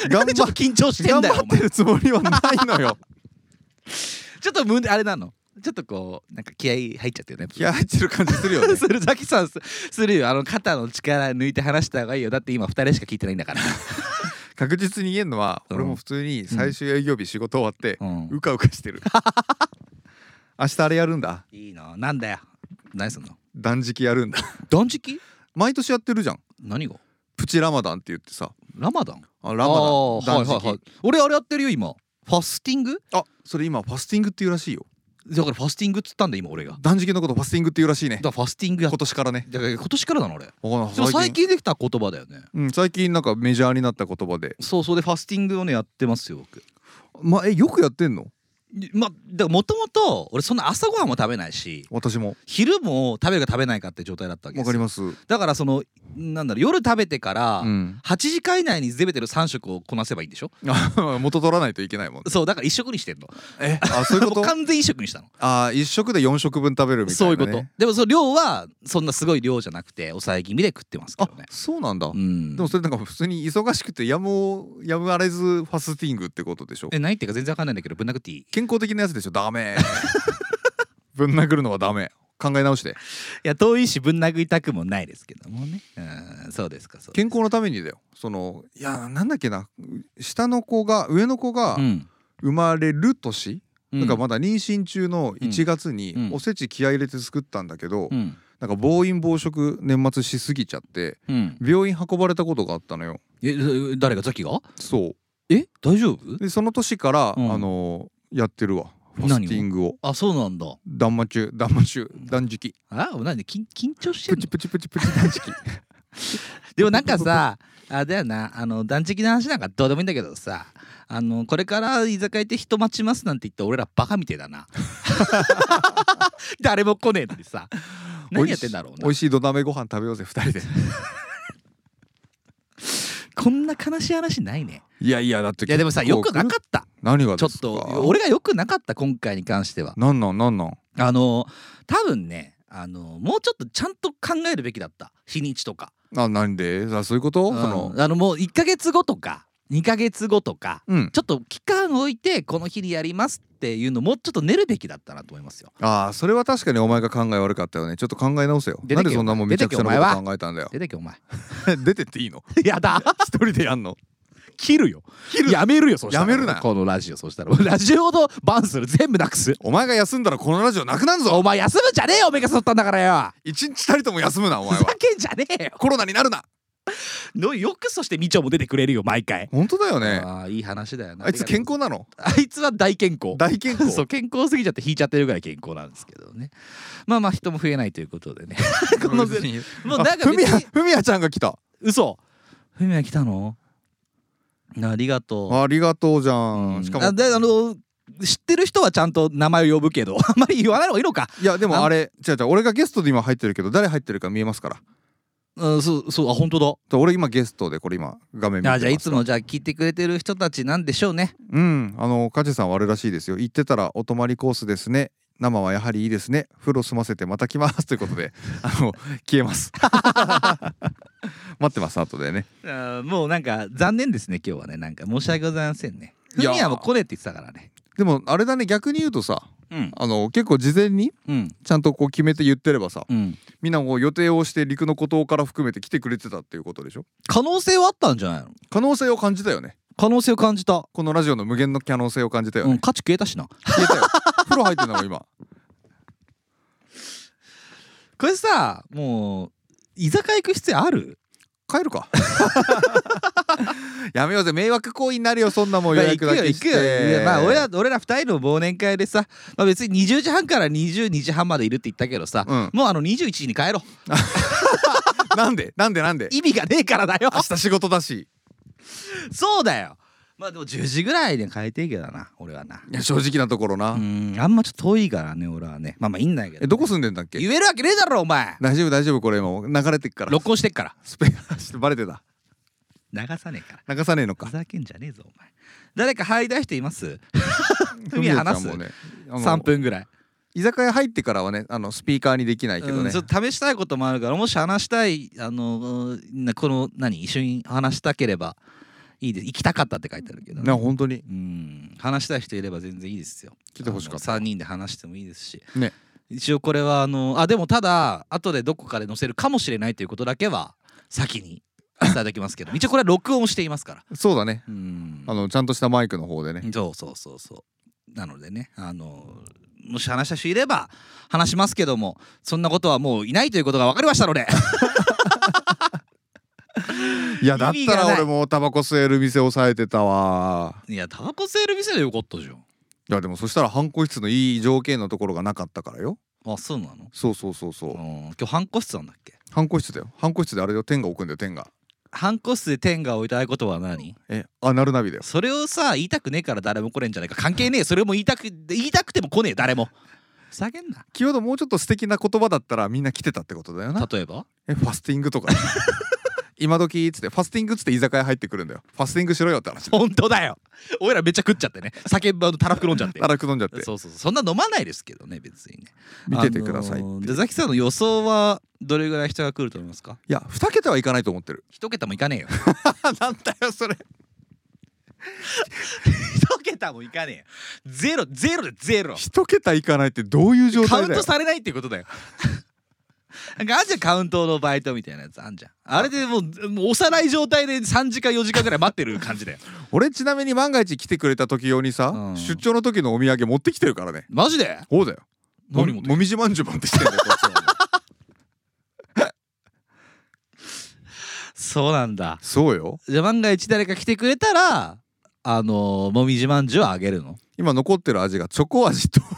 Speaker 1: う
Speaker 2: 頑
Speaker 1: な
Speaker 2: 張
Speaker 1: ん [laughs] でちょっと緊張してん
Speaker 2: 頑
Speaker 1: だよ
Speaker 2: 張
Speaker 1: お
Speaker 2: っ
Speaker 1: 前
Speaker 2: てるつもりはないのよ
Speaker 1: ちょっとむあれなのちょっとこうなんか気合い入っちゃってるね
Speaker 2: 気合入ってる感じする
Speaker 1: [laughs]
Speaker 2: よね
Speaker 1: するザキさんすするよあの肩の力抜いて話した方がいいよだって今二人しか聞いてないんだから
Speaker 2: 確実に言えんのは
Speaker 1: うん
Speaker 2: 俺も普通に最終営業日仕事終わって
Speaker 1: うん
Speaker 2: うかうかし
Speaker 1: [laughs]
Speaker 2: てる明日あれやるんだ
Speaker 1: [laughs] いいななんだよ何すんの
Speaker 2: 断食やるんだ
Speaker 1: 断食
Speaker 2: 毎年やってるじゃん
Speaker 1: 何が
Speaker 2: プチラマダンって言ってさ
Speaker 1: ラマダン
Speaker 2: あ
Speaker 1: あ
Speaker 2: ラ
Speaker 1: あ
Speaker 2: マダン
Speaker 1: ー
Speaker 2: 断
Speaker 1: はいはいはい
Speaker 2: 食
Speaker 1: 俺あれやってるよ今ファスティング
Speaker 2: あそれ今ファスティングっていうらしいよ
Speaker 1: だからファスティングっつったんだ今俺がだか
Speaker 2: 断食のことファスティングっていうらしいね
Speaker 1: らファスティングやっ
Speaker 2: 今年からね
Speaker 1: だから今年からなの俺
Speaker 2: わかんない
Speaker 1: でも最
Speaker 2: 最近
Speaker 1: 近できた言葉だよね
Speaker 2: うん最近なんかメジャーになった言葉で
Speaker 1: そうそうでファスティングをねやってますよ僕
Speaker 2: まあえよくやってんの
Speaker 1: まあだからもともと俺そんな朝ごはんも食べないし
Speaker 2: 私も
Speaker 1: 昼も食べるか食べないかって状態だったわけで
Speaker 2: わ
Speaker 1: すよ
Speaker 2: かります
Speaker 1: だからそのなんだろう夜食べてから、
Speaker 2: うん [laughs]
Speaker 1: 8時間以内に全ての3食をこなせばいいんでしょ
Speaker 2: あ元取らないといけないもん
Speaker 1: そうだから1食にしてんの
Speaker 2: えあそういうこ
Speaker 1: も
Speaker 2: と
Speaker 1: う完全1食にしたの
Speaker 2: ああ一食で四食分食べるみたいな、ね、
Speaker 1: そういうことでもその量はそんなすごい量じゃなくて抑え気味で食ってますけ
Speaker 2: あ
Speaker 1: どね
Speaker 2: そうなんだ、
Speaker 1: うん
Speaker 2: でもそれなんか普通に忙しくてやむやむあれずファスティングってことでしょ
Speaker 1: え何言ってるか全然わかんないんだけどぶん殴っていいい
Speaker 2: 健康的なやつでしょダメぶん殴るのはダメ考え直して
Speaker 1: や遠いしぶん殴りたくもないですけどもねうんそうですかそう
Speaker 2: 健康のためにだよそのいやなんだっけな下の子が上の子が
Speaker 1: うん
Speaker 2: 生まれる年、
Speaker 1: うん
Speaker 2: なんかまだ妊娠中の1月に
Speaker 1: うん
Speaker 2: おせち気合い入れて作ったんだけど、
Speaker 1: うん
Speaker 2: なんか暴飲暴食年末しすぎちゃって
Speaker 1: うん
Speaker 2: 病院運ばれたことがあったのよ
Speaker 1: ええ誰がザキが
Speaker 2: そう
Speaker 1: え大丈夫
Speaker 2: でその年から、
Speaker 1: うん
Speaker 2: あのーやってるわファ
Speaker 1: 何を
Speaker 2: スティングを
Speaker 1: あそうなんだ
Speaker 2: 断末中断末中断食
Speaker 1: あなんで緊緊張して
Speaker 2: プ
Speaker 1: んの
Speaker 2: チプチプチプチ断食
Speaker 1: でもなんかさあだよなあの断食の話なんかどうでもいいんだけどさあのこれから居酒屋で人待ちますなんて言って俺らバカみてえだな [laughs] 誰も来ねえのにさ [laughs] 何やってんだろう
Speaker 2: 美
Speaker 1: な
Speaker 2: 味しい土鍋ご飯食べようぜ二人で
Speaker 1: こんな悲しい話ないね
Speaker 2: いやいやだって
Speaker 1: いやでもさよくなかった
Speaker 2: 何が
Speaker 1: ちょ
Speaker 2: で
Speaker 1: っ
Speaker 2: すか
Speaker 1: と俺がよくなかった今回に関しては
Speaker 2: なんなんなんなん
Speaker 1: あの多分ねあのもうちょっとちゃんと考えるべきだった日にちとか
Speaker 2: あなんでさそういうこと、
Speaker 1: うん
Speaker 2: その
Speaker 1: あのもう1ヶ月後とか2ヶ月後とか
Speaker 2: うん
Speaker 1: ちょっと期間を置いてこの日にやりますっていうのもうちょっと練るべきだったなと思いますよ
Speaker 2: ああそれは確かにお前が考え悪かったよねちょっと考え直せよ
Speaker 1: 出てけ
Speaker 2: なんでそんなもんめちゃくちゃ
Speaker 1: 出てけお前
Speaker 2: な
Speaker 1: は
Speaker 2: [laughs] こと考えたんだよ
Speaker 1: 出てけお前
Speaker 2: 出てっていいの
Speaker 1: やだ
Speaker 2: 一人でやんの
Speaker 1: 切るよ
Speaker 2: 切る
Speaker 1: やめるよそしたら
Speaker 2: やめるな
Speaker 1: このラジオそしたら [laughs] ラジオのバンする全部なくす
Speaker 2: お前が休んだらこのラジオなくなるぞ
Speaker 1: お前休むんじゃねえよおめが誘ったんだからよ
Speaker 2: 一日たりとも休むなお
Speaker 1: ふ
Speaker 2: 前
Speaker 1: ざ [laughs]
Speaker 2: は
Speaker 1: けんじゃねえよ
Speaker 2: コロナになるな
Speaker 1: のよくそしてみちょも出てくれるよ毎回、
Speaker 2: 本当だよね
Speaker 1: ああいい話だよな
Speaker 2: あいつ健康なの
Speaker 1: あいつは大健康
Speaker 2: 大健
Speaker 1: [laughs]
Speaker 2: 康
Speaker 1: そう健康すぎちゃって引いちゃってるぐらい健康なんですけどねまあまあ人も増えないということでねこの
Speaker 2: 別に
Speaker 1: もうなん
Speaker 2: [laughs] あ
Speaker 1: か
Speaker 2: ふみ
Speaker 1: 別
Speaker 2: や
Speaker 1: に
Speaker 2: ふみやちゃんが来た
Speaker 1: 嘘ふみや来たのなありがとう
Speaker 2: ありがとうじゃ
Speaker 1: うんん
Speaker 2: しか
Speaker 1: あ
Speaker 2: も
Speaker 1: であの知ってる人はちゃんと名前を呼ぶけど [laughs] あんまり言わない方がいいのか
Speaker 2: いやで
Speaker 1: あ
Speaker 2: も
Speaker 1: ん
Speaker 2: あれ違う違う俺がゲストで今入ってるけど誰入ってるか見えますからだか
Speaker 1: うんそうそうあ本当だ
Speaker 2: ら俺今ゲストでこれ今画面見て
Speaker 1: あじゃあいつ
Speaker 2: も
Speaker 1: もじゃあ聞いてくれてる人たちなんでしょうね
Speaker 2: うんあのカジさんはあれらしいですよ行ってたらお泊まりコースですね生はやはりいいですね風呂済ませてまた来ますということで [laughs] あの消えます [laughs] 待ってます後でね
Speaker 1: あもうなんか残念ですね今日はねなんか申し訳ございませんねふ
Speaker 2: いや
Speaker 1: みやも来ねえって言ってたからね
Speaker 2: でもあれだね逆に言うとさ
Speaker 1: うん
Speaker 2: あの結構事前に
Speaker 1: うん
Speaker 2: ちゃんとこう決めて言ってればさ
Speaker 1: うん
Speaker 2: みんなもう予定をして陸の孤島から含めて来てくれてたっていうことでしょ
Speaker 1: 可能性はあったんじゃないの
Speaker 2: 可能性を感じたよね
Speaker 1: 可能性を感じた、
Speaker 2: このラジオの無限の可能性を感じたよ
Speaker 1: う
Speaker 2: ね、
Speaker 1: ん、価値消えたしな
Speaker 2: 消えたよ風呂入ってんだもん今
Speaker 1: これさもう居酒屋行く必要ある
Speaker 2: 帰るか [laughs] やめようぜ迷惑行為になるよそんなもん予約だけして
Speaker 1: まあ行くよ行くよいやまあ俺ら俺ら二人の忘年会でさ、まあ、別に20時半から22時半までいるって言ったけどさ、
Speaker 2: うん
Speaker 1: もうあの21時に帰ろう
Speaker 2: なんでなんでなんで
Speaker 1: 意味がねえからだよ
Speaker 2: 明日仕事だし
Speaker 1: そうだよまあでも10時ぐらいで帰っていいけどな俺はない
Speaker 2: や正直なところな、
Speaker 1: うんあんまちょっと遠いからね俺はねまあまあいいんだけど、
Speaker 2: えどこ住んでんだっけ
Speaker 1: 言えるわけねえだろお前
Speaker 2: 大丈夫大丈夫これ今流れてっから
Speaker 1: 録音してっから
Speaker 2: ス [laughs] ペアしてバレてた
Speaker 1: 流さねえから
Speaker 2: 流さねえのか
Speaker 1: ふざけんじゃねえぞお前誰か入りたい人います海話す、
Speaker 2: ふみやちゃんもねあの
Speaker 1: 3分ぐらい
Speaker 2: 居酒屋入ってからはねあのスピーカーにできないけど
Speaker 1: う
Speaker 2: ね、
Speaker 1: ん、ちょっと試したいこともあるからもし話したいあのうんなこの何一緒に話したければいいです行きたかったって書いてあるけどね、
Speaker 2: な本当に
Speaker 1: うん話したい人いれば全然いいですよ
Speaker 2: 来てほしかった
Speaker 1: 3人で話してもいいですし、
Speaker 2: ね
Speaker 1: 一応これはあのあでもただ後でどこかで載せるかもしれないということだけは先に伝えておきますけど一応これは録音していますから
Speaker 2: そうだね
Speaker 1: うん
Speaker 2: あのちゃんとしたマイクの方でね
Speaker 1: そうそうそうそうなのでねあのもし話した人いれば話しますけどもそんなことはもういないということが分かりましたので
Speaker 2: いやだっ
Speaker 1: 意味
Speaker 2: た
Speaker 1: が
Speaker 2: ら
Speaker 1: ない
Speaker 2: 俺もうタバコ吸える店抑えてたわ
Speaker 1: いやタバコ吸える店でよかったじゃん
Speaker 2: いやでもそしたらハンコ室のいい条件のところがなかったからよ
Speaker 1: あそうなの
Speaker 2: そうそうそうそううん
Speaker 1: 今日ハンコ室なんだっけ
Speaker 2: ハンコ室だよハンコ室であれよ天が置くんだよ天が
Speaker 1: ハンコ室で天が置いたいことは何
Speaker 2: えあなるナビだよ
Speaker 1: それをさ言いたくねえから誰も来ねえんじゃないか関係ね [laughs] えそれも言いたく言いたくても来ねえ誰も下げんな
Speaker 2: キーワードもうちょっと素敵な言葉だったらみんな来てたってことだよな
Speaker 1: 例えば
Speaker 2: えファスティングとか [laughs] 今時っつってファスティングっつって居酒屋入ってくるんだよファスティングしろよって話
Speaker 1: 本当だよ俺らめっちゃ食っちゃってね酒ばたらふく飲んじゃ [laughs] って
Speaker 2: たらく飲んじゃって
Speaker 1: そうそうそうそんな飲まないですけどね別にね
Speaker 2: 見ててくださいって
Speaker 1: あのーでザキさんの予想はどれぐらい人が来ると思いますか
Speaker 2: いや2桁はいかないと思っ
Speaker 1: [laughs]
Speaker 2: てる
Speaker 1: 一桁もいかねえよ
Speaker 2: なんだよそれ
Speaker 1: 一桁もいかねえよゼロゼロでゼロ
Speaker 2: 1桁いかないってどういう状
Speaker 1: カウ
Speaker 2: 態
Speaker 1: ン
Speaker 2: だよ
Speaker 1: トされないっていうことだよなんかあんじゃんカウントのバイトみたいなやつあんじゃんあれでもうもう幼い状態で3時間4時間ぐらい待ってる感じだ
Speaker 2: [laughs]
Speaker 1: よ
Speaker 2: 俺ちなみに万が一来てくれた時用にさ、
Speaker 1: うん
Speaker 2: 出張の時のお土産持ってきてるからね
Speaker 1: マジで
Speaker 2: そうだよも
Speaker 1: 何
Speaker 2: み
Speaker 1: 持ってきて
Speaker 2: もみじまんじゅう持ってきてるんだよこっちは
Speaker 1: そうなんだ
Speaker 2: そうよ
Speaker 1: じゃあ万が一誰か来てくれたらあのー、もみじまんじゅうをあげるの
Speaker 2: 今残ってる味がチョコ味と [laughs]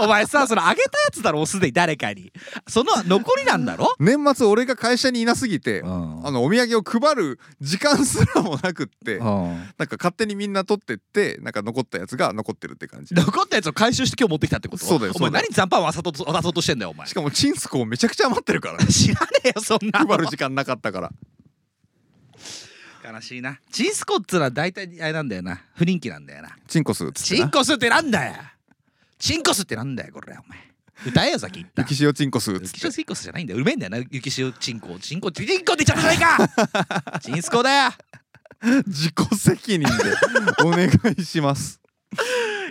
Speaker 1: お前さそのあげたやつだろもうすでに誰かにその残りなんだろ
Speaker 2: 年末俺が会社にいなすぎて、
Speaker 1: ん
Speaker 2: あのお土産を配る時間すらもなくって、
Speaker 1: うん
Speaker 2: なんか勝手にみんな取ってってなんか残ったやつが残ってるって感じ
Speaker 1: 残ったやつを回収して今日持ってきたってこと
Speaker 2: そうだよ
Speaker 1: お前
Speaker 2: そうだよ
Speaker 1: 何残飯渡そうと渡そうとしてんだよお前
Speaker 2: しかもチンスコをめちゃくちゃ余ってるから
Speaker 1: [laughs] 知らねえよそんなの
Speaker 2: 配る時間なかったから
Speaker 1: 悲しいなチンスコっつうのは大体あれなんだよな不人気なんだよな
Speaker 2: チンコスっつって
Speaker 1: チ
Speaker 2: な
Speaker 1: ンコスってなんだよチンコスってなんだよこれお前歌えよ先言った
Speaker 2: [laughs] 雪塩チンコスっ
Speaker 1: ゆ
Speaker 2: つ
Speaker 1: き
Speaker 2: っ
Speaker 1: しお
Speaker 2: て
Speaker 1: チンコスじゃないんだようめえんだよなゆきしおチンコチンコチンコって言っちゃったじゃない
Speaker 2: [laughs]
Speaker 1: かチンスコだよ
Speaker 2: 自己責任でお願いします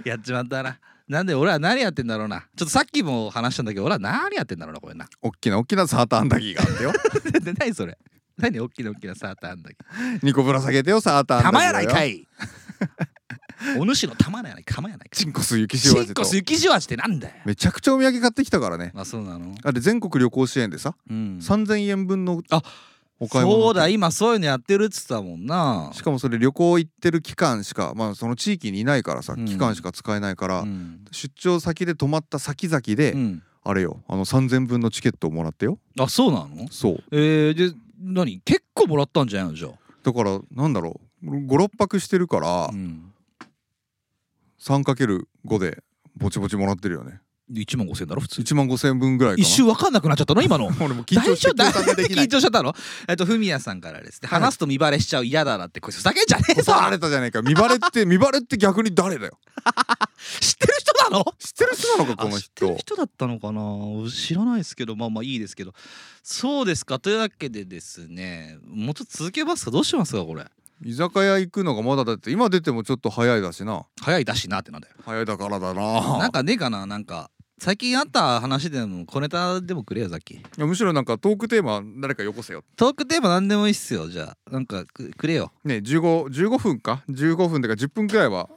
Speaker 1: やっちまったななんで俺は何やってんだろうなちょっとさっきも話したんだけど俺は何やってんだろうなこれな
Speaker 2: おっきなおっきなサーターアンダギーがあってよ
Speaker 1: 何それ何大きな大きなサーターあんだけ
Speaker 2: 二個ぶら下げてよサーターアンダギー
Speaker 1: 玉やないか
Speaker 2: い
Speaker 1: いお主の玉やないかまやないか
Speaker 2: チンコス雪塩
Speaker 1: チ
Speaker 2: 味
Speaker 1: ン
Speaker 2: と
Speaker 1: コス雪塩味ってなんだよ
Speaker 2: めちゃくちゃお土産買ってきたからね
Speaker 1: あそうなの
Speaker 2: あれ全国旅行支援でさ
Speaker 1: うん
Speaker 2: 3000円分の
Speaker 1: あ
Speaker 2: お買い物
Speaker 1: そうだ今そういうのやってるっつってたもんな
Speaker 2: しかもそれ旅行行ってる期間しかまあその地域にいないからさ、
Speaker 1: うん
Speaker 2: 期間しか使えないから、
Speaker 1: うん
Speaker 2: 出張先で泊まった先々で、
Speaker 1: うん
Speaker 2: あれよあの3,000分のチケットをもらってよ
Speaker 1: あそうなの
Speaker 2: そう
Speaker 1: えー、で何結構もらったんじゃないのじゃ
Speaker 2: だからなんだろう56泊してるから
Speaker 1: あ、うん、
Speaker 2: 3×5 でぼちぼちもらってるよね
Speaker 1: で1万5千だろ普通
Speaker 2: 1万5,000分ぐらいかな
Speaker 1: 一瞬分かんなくなっちゃったの今の
Speaker 2: 俺も緊張して
Speaker 1: 大丈
Speaker 2: 計算できな
Speaker 1: 緊
Speaker 2: い
Speaker 1: 張しちゃったのえっとフミヤさんからですね
Speaker 2: はい
Speaker 1: 話すと見バレしちゃう嫌だなってこいつふざけんじゃ
Speaker 2: [laughs]
Speaker 1: ねえぞ
Speaker 2: 刺られたじゃないか見バ
Speaker 1: [laughs]
Speaker 2: レって見バレって逆に誰だよ
Speaker 1: 知ってる人なの
Speaker 2: 知ってる人なのかこの
Speaker 1: あ知って
Speaker 2: 人
Speaker 1: る人だったのかな知らないですけどまあまあいいですけどそうですかというわけでですねもうちょっと続けますかどうしますかこれ
Speaker 2: 居酒屋行くのがまだだって今出てもちょっと早いだしな
Speaker 1: 早いだしなってなんだよ
Speaker 2: 早いだからだな
Speaker 1: なんかねえかななんか最近あった話でも小ネタでもくれよさっき
Speaker 2: いやむしろなんかトークテーマ誰かよこせよ
Speaker 1: トークテーマ何でもいいっすよじゃあなんかくくれよ
Speaker 2: ね15 15分か15分とか10分くらいは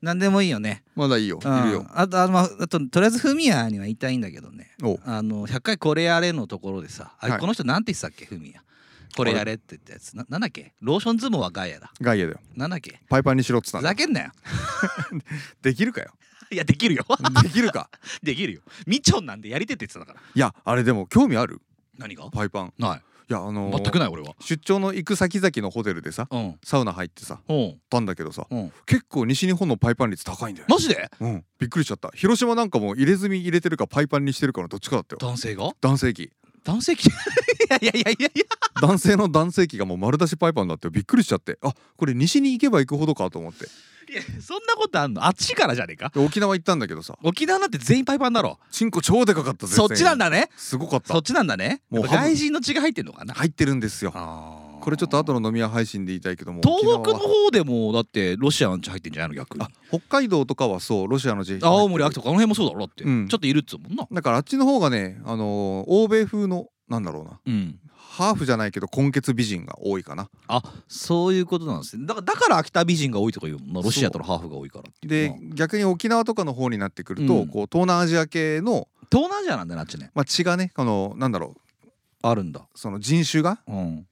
Speaker 1: 何でもいいよね
Speaker 2: まだいいよ
Speaker 1: うん
Speaker 2: いるよ
Speaker 1: あとあの、まあ、あととりあえずフミヤには言いたいんだけどね
Speaker 2: おう
Speaker 1: あの100回これやれのところでさあれ、
Speaker 2: はい
Speaker 1: この人なんて言ってたっけフミヤこれやれって言ったやつななんだっけローション相撲はガイアだ
Speaker 2: ガイエだよ
Speaker 1: なんだっけ
Speaker 2: パイパンにしろっつった
Speaker 1: ふ
Speaker 2: んだ
Speaker 1: ざけん [laughs] なよ
Speaker 2: できるかよ
Speaker 1: いやできるよ
Speaker 2: [laughs] できるか
Speaker 1: [laughs] できるよみちょんなんでやりてって言ってたから
Speaker 2: いやあれでも興味ある
Speaker 1: 何が
Speaker 2: パイパン
Speaker 1: ない
Speaker 2: いやあのー
Speaker 1: 全くない俺は
Speaker 2: 出張の行く先々のホテルでさ
Speaker 1: うん
Speaker 2: サウナ入ってさ
Speaker 1: うん
Speaker 2: たんだけどさ
Speaker 1: うん
Speaker 2: 結構西日本のパイパン率高いんだよね
Speaker 1: マジで
Speaker 2: うんびっくりしちゃった広島なんかもう入れ墨入れてるかパイパンにしてるかのどっちかだったよ
Speaker 1: 男性が
Speaker 2: 男性器
Speaker 1: 男性来ていや [laughs] いやいやいやいや
Speaker 2: 男性の男性器がもう丸出しパイパンだってよびっくりしちゃってあこれ西に行けば行くほどかと思って
Speaker 1: いやそんなことあんのあっちからじゃねえか
Speaker 2: で沖縄行ったんだけどさ
Speaker 1: 沖縄なんて全員パイパンだろ
Speaker 2: チンコ超でかかった
Speaker 1: そっちなん
Speaker 2: だ
Speaker 1: だね
Speaker 2: すごかった
Speaker 1: そっちなんだね
Speaker 2: もう
Speaker 1: やっぱ外人の血が入ってんのかな
Speaker 2: 入ってるんですよ
Speaker 1: あー
Speaker 2: これちょっと後の飲み屋配信で言いたいけども
Speaker 1: 東北
Speaker 2: 沖
Speaker 1: の
Speaker 2: 縄は
Speaker 1: 方でもだってロシアの血入ってんじゃないの逆に
Speaker 2: あ北海道とかはそうロシアの地
Speaker 1: 青森秋田この辺もそうだろだって、
Speaker 2: うん
Speaker 1: ちょっといるっつうもんな
Speaker 2: だからあっちの方がねあのー欧米風のなんだろうな
Speaker 1: うん
Speaker 2: ハーフじゃないけど根血美人が多いかな
Speaker 1: あそういうことなんですねだからだから秋田美人が多いとか言うもんなロシアとのハーフが多いからっていう
Speaker 2: で
Speaker 1: な
Speaker 2: 逆に沖縄とかの方になってくると、
Speaker 1: うん
Speaker 2: こう東南アジア系の、
Speaker 1: 東南アジアなんだなあっちね
Speaker 2: まあ、血がねこのなんだろ
Speaker 1: あるんだ
Speaker 2: うその人種が
Speaker 1: うん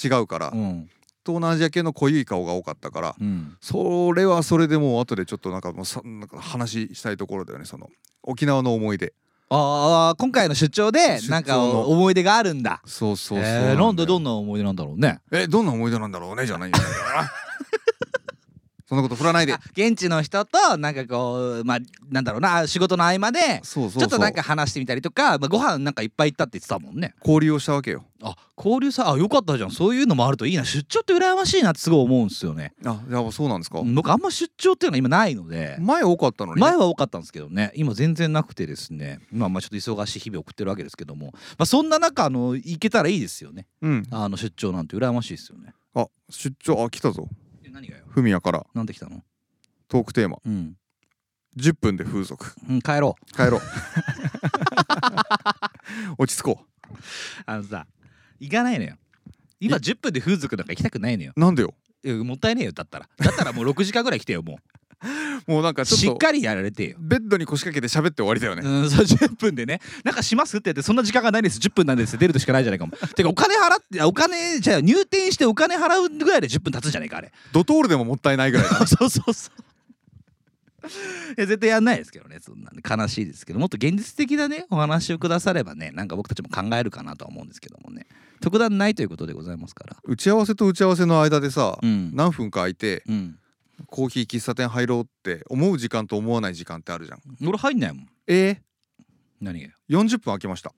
Speaker 2: 違うから、
Speaker 1: うん
Speaker 2: 東南アジア系の濃い顔が多かったから、
Speaker 1: うん
Speaker 2: それはそれでもう後でちょっとなんかもうさなんか話したいところだよねその沖縄の思い出
Speaker 1: ああ今回の出張で
Speaker 2: 出張の
Speaker 1: なんか思い出があるんだ
Speaker 2: そうそうそう
Speaker 1: えーなんでどん
Speaker 2: な
Speaker 1: な思い出なんだろうね
Speaker 2: えどんな思い出なんだろうねじ [laughs] ゃないんだよそんなこと振らないで
Speaker 1: あ現地の人となんかこうまあなんだろうな仕事の合間で
Speaker 2: そうそうそう
Speaker 1: ちょっとなんか話してみたりとか、まあ、ご飯なんかいっぱい行ったって言ってたもんね
Speaker 2: 交流をしたわけよ
Speaker 1: あ交流さあよかったじゃんそういうのもあるといいな出張って羨ましいなってすごい思うんですよね
Speaker 2: あじゃあそうなんですか、
Speaker 1: 僕あんま出張っていうのは今ないので
Speaker 2: 前多かったのにね、
Speaker 1: 前は多かったんですけどね今全然なくてですね今まあちょっと忙しい日々を送ってるわけですけども、まあ、そんな中あの行けたらいいですよね
Speaker 2: うん
Speaker 1: あの出張なんて羨ましいですよね
Speaker 2: あ出張あ来たぞ
Speaker 1: え何がよ
Speaker 2: フミヤから
Speaker 1: なんで来たの
Speaker 2: トークテーマ
Speaker 1: うん、
Speaker 2: 10分で風俗
Speaker 1: うん、帰ろう
Speaker 2: 帰
Speaker 1: [laughs]
Speaker 2: ろう落ち着こ
Speaker 1: あのさ行かないのよ今10分で風俗なんか行きたくないのよ
Speaker 2: うなんでよ
Speaker 1: いやもったいねえよだったらだったらもう6時間ぐらい来てよ [laughs] も
Speaker 2: もうなんか
Speaker 1: う
Speaker 2: ち
Speaker 1: し
Speaker 2: ょ
Speaker 1: っ
Speaker 2: っと
Speaker 1: かりやられてよ
Speaker 2: ベッドに腰掛けて喋って終わりだよね、
Speaker 1: うん、そう10分でね「なんかします?」って言って「そんな時間がないです10分なんです」出るとしかないじゃないかもてかお金払ってあお金じゃあ入店してお金払うぐらいで10分経つんじゃないかあれ
Speaker 2: ドトールでももったいないぐらい
Speaker 1: [laughs]
Speaker 2: だ
Speaker 1: そうそうそういや絶対やんないですけどねそんなね悲しいですけどもっと現実的なねお話をくださればねなんか僕たちも考えるかなとは思うんですけどもね特段ないということでございますから
Speaker 2: [laughs] 打ち合わせと打ち合わせの間でさ、
Speaker 1: うん
Speaker 2: 何分か空いて
Speaker 1: うん
Speaker 2: コーヒー喫茶店入ろうって思う時間と思わない時間ってあるじゃん
Speaker 1: 俺入んないもん
Speaker 2: え
Speaker 1: 何がよ
Speaker 2: ー、40分空きました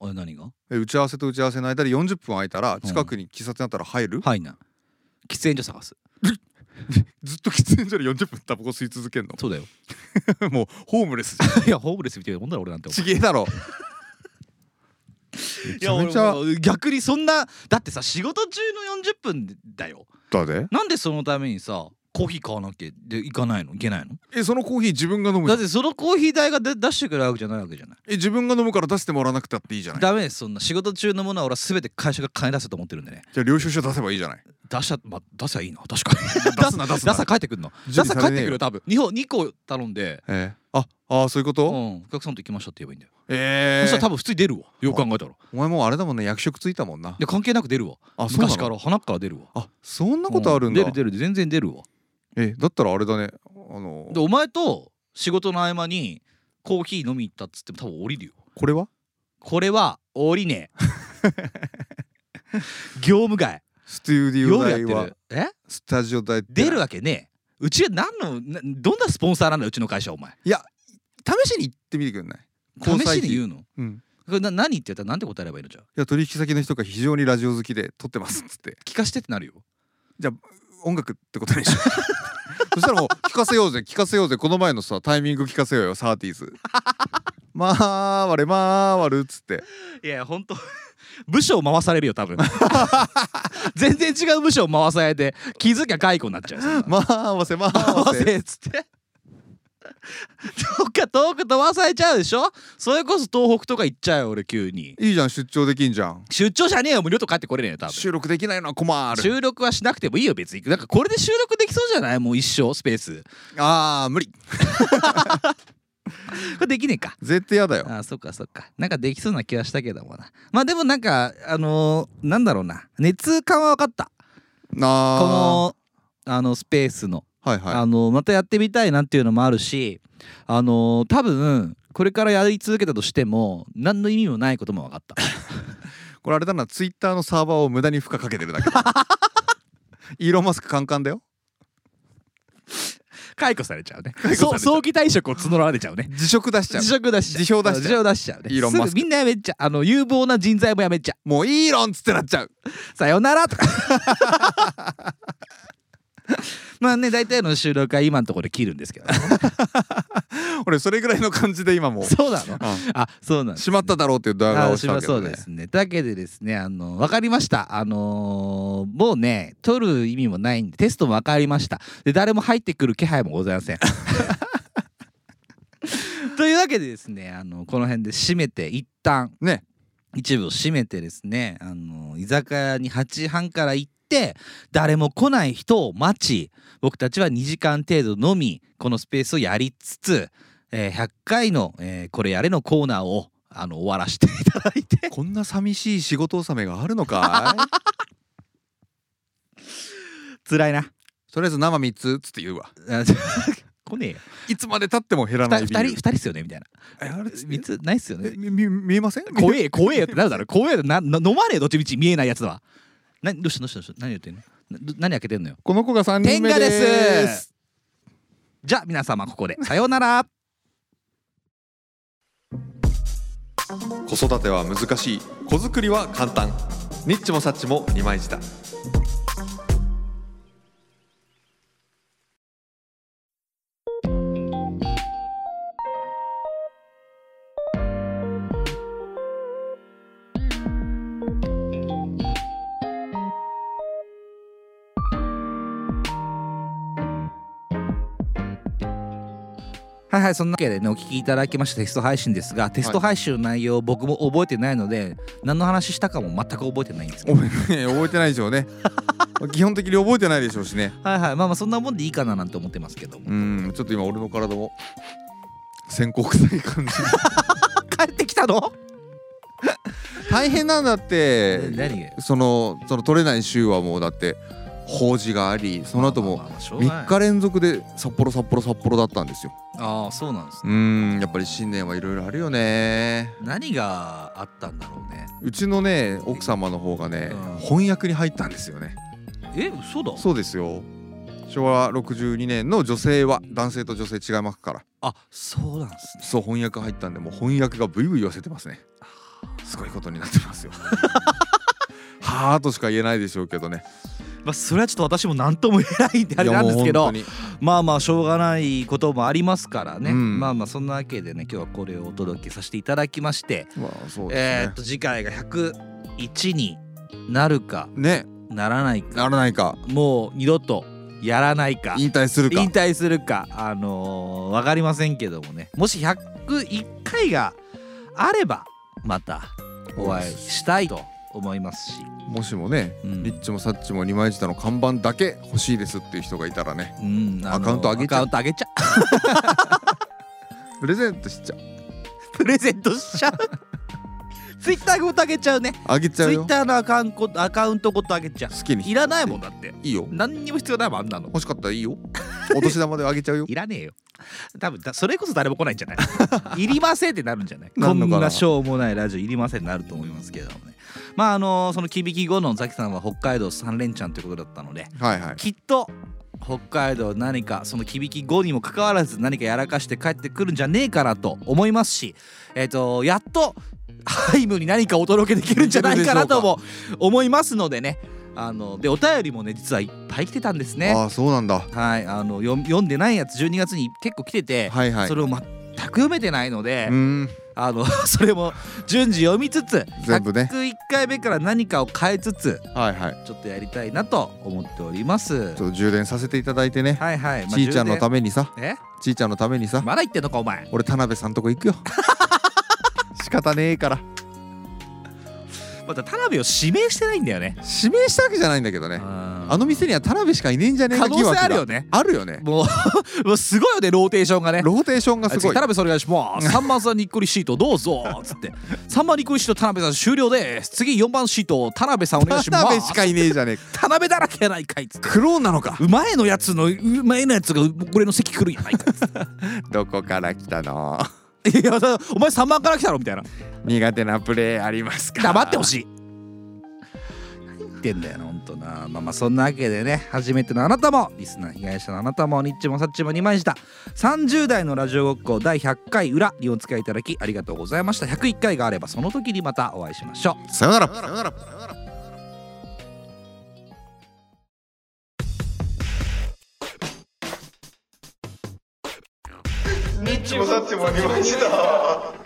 Speaker 1: ああ何が
Speaker 2: え打ち合わせと打ち合わせの間で40分空いたら近くに喫茶店あったら入る、
Speaker 1: 入んない喫煙所探す
Speaker 2: ずっと喫煙所で40分タバコ吸い続け [laughs] んの
Speaker 1: そうだよ
Speaker 2: もうホームレスじゃ
Speaker 1: [laughs]
Speaker 2: ん
Speaker 1: いやホームレスみたいなもんだろ俺なんて
Speaker 2: ちげえだろめ
Speaker 1: い
Speaker 2: ち
Speaker 1: や
Speaker 2: ゃ
Speaker 1: 俺
Speaker 2: めちゃ
Speaker 1: もう逆にそんなだってさ仕事中の40分だよ
Speaker 2: だで
Speaker 1: なんでそのためにさコーヒー買わなきゃで行かないのいけないの
Speaker 2: えそのコーヒー自分が飲む
Speaker 1: だ
Speaker 2: じ
Speaker 1: っ
Speaker 2: ゃん
Speaker 1: てそのコーヒー代が出出してくれるわけじゃないわけじゃない、
Speaker 2: え自分が飲むから出してもらわなくたっていいじゃない
Speaker 1: ダメですそんな仕事中のものは俺は全て会社が金出せと思ってるんでね
Speaker 2: じゃあ領収書出せばいいじゃない
Speaker 1: 出した、まあ、出せばいいな確かに
Speaker 2: 出すな出すな
Speaker 1: [laughs] 出さ帰ってくんの出
Speaker 2: 受理
Speaker 1: さ
Speaker 2: されね
Speaker 1: 帰って
Speaker 2: えよ
Speaker 1: くるよ多分2本二個頼んで
Speaker 2: えー、ああーそういうこ
Speaker 1: う
Speaker 2: と、
Speaker 1: ん、お客さんと行きましたって言えばいいんだよ、
Speaker 2: え
Speaker 1: そしたら
Speaker 2: ー
Speaker 1: 多、分普通に出るわよく考えたらい
Speaker 2: お前もうあれだもんね役職ついたもんな
Speaker 1: や関係なく出るわ
Speaker 2: あそうな
Speaker 1: 昔
Speaker 2: の
Speaker 1: から鼻から出るわ
Speaker 2: あそんなことあるんだ、
Speaker 1: う出る出る全然出るわ
Speaker 2: えだったらあれだねあの
Speaker 1: でお前と仕事の合間にコーヒー飲み行ったっつっても多分降りるよ
Speaker 2: これは
Speaker 1: これは降りね [laughs] え業務外
Speaker 2: スタジオ
Speaker 1: 夜やっ
Speaker 2: 代
Speaker 1: て
Speaker 2: は
Speaker 1: るえ
Speaker 2: スタジオ代って
Speaker 1: 出るわけねえうちは何のなどんなスポンサーなんだようちの会社お前
Speaker 2: 試しに行ってみてくんない交
Speaker 1: 試
Speaker 2: 際
Speaker 1: し
Speaker 2: 費
Speaker 1: に言うのこ
Speaker 2: うん
Speaker 1: れな何って言ったら何て答えればいいのじゃあ
Speaker 2: いや取引先の人が非常にラジオ好きで撮ってますっつって
Speaker 1: 聞かしてってなるよ
Speaker 2: 音楽ってこと
Speaker 1: [laughs]
Speaker 2: にしようそしたらもう聞かせようぜ聞かせようぜこの前のさタイミング聞かせようよサーティ
Speaker 1: [laughs]
Speaker 2: ーズまあわれまあわるっつって
Speaker 1: いや本当部署回されるよ [laughs] 多分全然違う部署回されて気づきゃ解雇になっちゃうよそんな
Speaker 2: まあ合わせまあ
Speaker 1: 合
Speaker 2: 合
Speaker 1: わ
Speaker 2: わせ
Speaker 1: せっつってどっか遠く飛ばされちゃうでしょそれこそ東北とか行っちゃうよ俺急に
Speaker 2: いいじゃん出張できんじゃん
Speaker 1: 出張じゃねえよ無料と帰ってこれねえよ多分
Speaker 2: 収録できないのは困る
Speaker 1: 収録はしなくてもいいよ別になんかこれで収録できそうじゃないもう一生スペースこ
Speaker 2: あー無理
Speaker 1: れできねえか
Speaker 2: 絶対やだよ
Speaker 1: ああそっかそっかなんかできそうな気はしたけどもなまあでもなんかあのー、なんだろうな熱感は分かったこ
Speaker 2: なあ
Speaker 1: のあのスペースの
Speaker 2: はいはい
Speaker 1: あのまたやってみたいなっていうのもあるしあの多分これからやり続けたとしても何の意味もないことも分かった
Speaker 2: [laughs] これあれだなツイッターのサーバーを無駄に負荷かけてるだけだ
Speaker 1: [laughs]
Speaker 2: イーロン・マスクカンカンだよ
Speaker 1: 解雇されちゃうね
Speaker 2: 雇されちゃう
Speaker 1: そう早期退職を募られちゃうね
Speaker 2: 辞職出しちゃう
Speaker 1: 辞職出しちゃう
Speaker 2: 辞表出しちゃう
Speaker 1: 辞表出しちゃうね
Speaker 2: イーロンマスク
Speaker 1: すぐみんなやめちゃうあの有望な人材もやめちゃ
Speaker 2: もうイーロンっつってなっちゃう
Speaker 1: うさよならと
Speaker 2: [laughs]
Speaker 1: かまあね大体の収録は今のところで切るんですけど
Speaker 2: 俺それぐらいの感じで今もう
Speaker 1: そうなの
Speaker 2: う
Speaker 1: あそうなん
Speaker 2: ん
Speaker 1: です
Speaker 2: しまっただろうっていうドヤ
Speaker 1: あ
Speaker 2: 顔
Speaker 1: ー
Speaker 2: を
Speaker 1: し
Speaker 2: した
Speaker 1: ま
Speaker 2: わけ
Speaker 1: そ
Speaker 2: ど
Speaker 1: う
Speaker 2: ね
Speaker 1: ですね。だけでですね、あの、わかりました。あのーもうね、取る意味もないんで、テストもわかりました。で、誰も入ってくる気配もございません。というわけでですね、あの、この辺で締めて、一旦、
Speaker 2: ね
Speaker 1: 一部を締めてですね、あの、居酒屋に8時半から行って、誰も来ない人を待ち、僕たちは2時間程度のみ、このスペースをやりつつ、えー100回の、えーこれやれのコーナーをあの終わらせていただいて
Speaker 2: こんな寂しい仕事納めがあるのかい
Speaker 1: [laughs] 辛いな
Speaker 2: とりあえず生3つっつって言うわ
Speaker 1: あ [laughs] 来ねえよ
Speaker 2: いつまでたっても減ら
Speaker 1: 2
Speaker 2: ないビ
Speaker 1: 人
Speaker 2: ー
Speaker 1: 二
Speaker 2: ル
Speaker 1: 人っすよねみたいな
Speaker 2: えあれ
Speaker 1: 3つないっすよ
Speaker 2: え
Speaker 1: ね
Speaker 2: みみ見えません
Speaker 1: 怖え怖えよってなるだろ怖えよなな飲まねえよどっちみち見えないやつはなどうしたどうしたどうした何言ってんのなど何開けてんのよ
Speaker 2: この子が3
Speaker 1: 天
Speaker 2: 人目
Speaker 1: 下
Speaker 2: です
Speaker 1: ですじゃあ皆様ここでさようなら
Speaker 2: 子育ては難しい子作りは簡単ニッチもサッチも二枚舌
Speaker 1: [laughs] はいはいそんなわけでねお聞きいただきましたテスト配信ですがテスト配信の内容僕も覚えてないので何の話したかも全く覚えてないんですけど
Speaker 2: お前ね [laughs] 覚えてないでしょうね [laughs] 基本的に覚えてないでしょうしね
Speaker 1: はいはいまあまあそんなもんでいいかななんて思ってますけども [laughs]
Speaker 2: うんちょっと今俺の体も線香臭
Speaker 1: [laughs]
Speaker 2: い感じ
Speaker 1: 帰ってきたの
Speaker 2: 大変なんだって
Speaker 1: え何がよ
Speaker 2: そのその取れない週はもうだって法事がありその後も3
Speaker 1: 3
Speaker 2: 日連続で札幌札幌札幌だったんですよ
Speaker 1: ああそうなんですね
Speaker 2: うんやっぱり新年はいろいろあるよね
Speaker 1: 何があったんだろうね
Speaker 2: うちのね奥様の方がね
Speaker 1: うん
Speaker 2: 翻訳に入ったんですよね
Speaker 1: え嘘だ
Speaker 2: そうですよ昭和62年の女性は男性と女性違いますから
Speaker 1: あそうなんですね
Speaker 2: そう翻訳入ったんでもう翻訳がブイブイ言わせてますねすごいことになって
Speaker 1: [laughs]
Speaker 2: ますよはーとしか言えないでしょうけどね
Speaker 1: まあそれはちょっと私も何とも言えないんであれなんですけ
Speaker 2: いやもう
Speaker 1: ど
Speaker 2: 本当に
Speaker 1: まあまあしょうがないこともありますからね、
Speaker 2: うん
Speaker 1: まあまあそんなわけでね今日はこれをお届けさせていただきまして、
Speaker 2: まあそう
Speaker 1: えー
Speaker 2: で
Speaker 1: っ
Speaker 2: す
Speaker 1: と次回が101になるか
Speaker 2: ね。ね
Speaker 1: ならないか
Speaker 2: ならないか。
Speaker 1: もう二度とやらないか
Speaker 2: 引退するか
Speaker 1: 引退するかあのー、分かりませんけどもねもし101回があればまたお会いしたいと思いますし、
Speaker 2: もしもね、
Speaker 1: うん
Speaker 2: リッチもサッチも二枚舌の看板だけ欲しいですっていう人がいたらね
Speaker 1: うん
Speaker 2: アカウント上げちゃ
Speaker 1: アカ
Speaker 2: う
Speaker 1: ウント上げちゃう
Speaker 2: プレゼントしちゃう
Speaker 1: [laughs] プレゼントしちゃうツイッターごと上げちゃうね
Speaker 2: あげちゃ
Speaker 1: ツ
Speaker 2: う
Speaker 1: イ
Speaker 2: よ
Speaker 1: ッターのアカウントアカウントごと上げちゃう
Speaker 2: 好きに
Speaker 1: いらないもんだって
Speaker 2: いいよ
Speaker 1: 何にも必要ないもんあんなの
Speaker 2: 欲しかったらい
Speaker 1: [laughs]
Speaker 2: いよお年玉であげちゃうよ
Speaker 1: いらねえよ多分だそれこそ誰も来ないんじゃない
Speaker 2: [laughs]
Speaker 1: いりませんってなるんじゃない
Speaker 2: な
Speaker 1: こ
Speaker 2: んのかなん
Speaker 1: なしょうもないラジオいりませんってなると思いますけれどもねまああのそのキビキ後のザキさんは北海道3連チャンということだったので
Speaker 2: はいはい
Speaker 1: きっと北海道何かそのキビキ後にもかかわらず何かやらかして帰ってくるんじゃねえかなと思いますしえっ、とやっとハイムに何かお届けできるんじゃないかなとも思いますのでねあのでお便りもね実はいっぱい来てたんですね。
Speaker 2: ああそうなんだ
Speaker 1: はい、あの読読んでないやつ12月に結構来てて、
Speaker 2: はいはい
Speaker 1: それを全く読めてないので、
Speaker 2: うーん
Speaker 1: あの [laughs] それも順次読みつつ
Speaker 2: 全部ね
Speaker 1: 101回目から何かを変えつつ
Speaker 2: はいはい
Speaker 1: ちょっとやりたいなと思っております
Speaker 2: ちょっと充電させていただいてね
Speaker 1: はいはい、
Speaker 2: ちいちゃんのた
Speaker 1: め
Speaker 2: めにさ
Speaker 1: え
Speaker 2: ちいちゃんのためにさ
Speaker 1: まだ言ってんのかお前
Speaker 2: 俺田辺さんとこ行く [laughs] よ仕方ねえから
Speaker 1: また田辺を指名してないんだよね
Speaker 2: 指名したわけじゃないんだけどねあ
Speaker 1: あ
Speaker 2: の店には田辺しかいねえんじゃねえ
Speaker 1: 可
Speaker 2: か
Speaker 1: 能性
Speaker 2: 疑惑が
Speaker 1: あるよね
Speaker 2: あるよね
Speaker 1: もう [laughs] もうすごいよねローテーションがね
Speaker 2: ローテーションがす
Speaker 1: 次
Speaker 2: ごい
Speaker 1: 田辺さんお願いします3番さんにっこりシートどうぞっつって3番にっこりシート田辺さん終了です次4番シート田辺さんお願いしま
Speaker 2: 田
Speaker 1: す
Speaker 2: 辺しかいねえじゃねえか
Speaker 1: 田辺だらけやないかいっつって
Speaker 2: クローンなのか
Speaker 1: うまいのやつのうまいのやつが俺の席来るや
Speaker 2: [laughs]
Speaker 1: ないかいっつっ
Speaker 2: どこから来たの
Speaker 1: ていやだお前3番から来たろみたいな
Speaker 2: 苦手なプレーありますか
Speaker 1: 黙ってほしい何言ってんだよなほんとなまあまあそんなわけでね初めてのあなたもリスナー被害者のあなたもニッチもサッチも2枚した30代のラジオごっこ第100回裏にお使いいただきありがとうございました101回があればその時にまたお会いしましょう
Speaker 2: さよならさよなら
Speaker 3: ニッチもサッチもありました